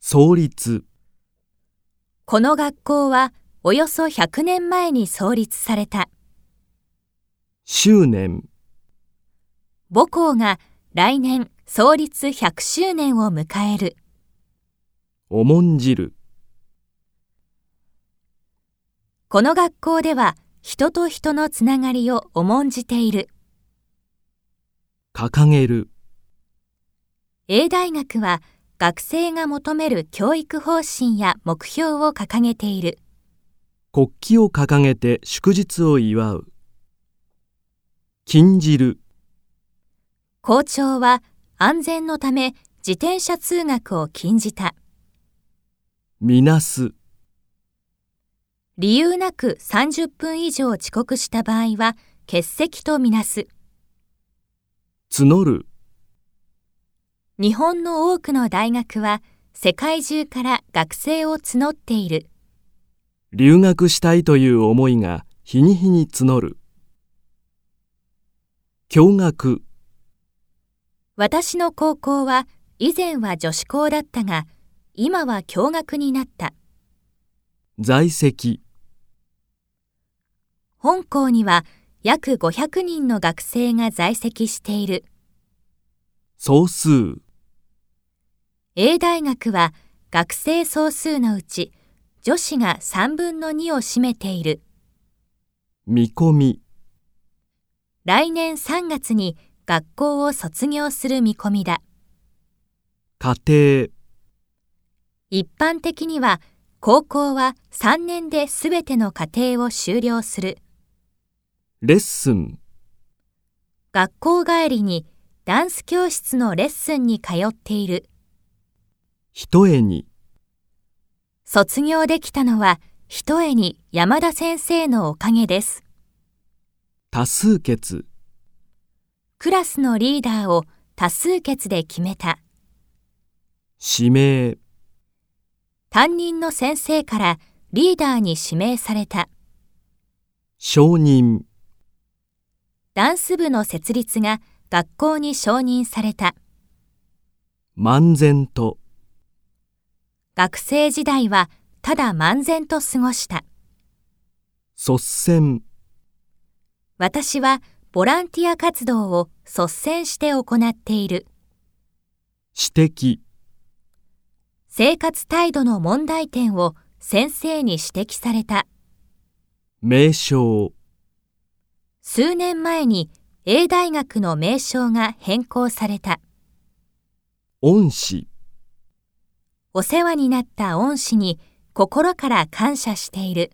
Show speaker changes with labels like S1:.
S1: 創立
S2: この学校はおよそ100年前に創立された
S1: 周年
S2: 母校が来年創立100周年を迎える
S1: 重んじる
S2: この学校では人と人のつながりを重んじている
S1: 掲げる
S2: A 大学は学生が求める教育方針や目標を掲げている
S1: 国旗を掲げて祝日を祝う禁じる
S2: 校長は安全のため自転車通学を禁じた
S1: みなす
S2: 理由なく30分以上遅刻した場合は欠席とみなす
S1: 募る
S2: 日本の多くの大学は世界中から学生を募っている
S1: 留学したいという思いが日に日に募る驚愕
S2: 私の高校は以前は女子校だったが今は共学になった
S1: 在籍
S2: 本校には約500人の学生が在籍している
S1: 総数
S2: A 大学は学生総数のうち女子が3分の2を占めている
S1: 見込み
S2: 来年3月に学校を卒業する見込みだ
S1: 家庭
S2: 一般的には高校は3年で全ての課程を修了する
S1: レッスン
S2: 学校帰りにダンス教室のレッスンに通っている
S1: ひとえに
S2: 卒業できたのはひとえに山田先生のおかげです
S1: 多数決
S2: クラスのリーダーを多数決で決めた
S1: 指名
S2: 担任の先生からリーダーに指名された
S1: 承認
S2: ダンス部の設立が学校に承認された
S1: 漫然と
S2: 学生時代はただ漫然と過ごした
S1: 率先
S2: 私はボランティア活動を率先して行っている
S1: 指摘
S2: 生活態度の問題点を先生に指摘された
S1: 名称
S2: 数年前に A 大学の名称が変更された
S1: 恩師
S2: お世話になった恩師に心から感謝している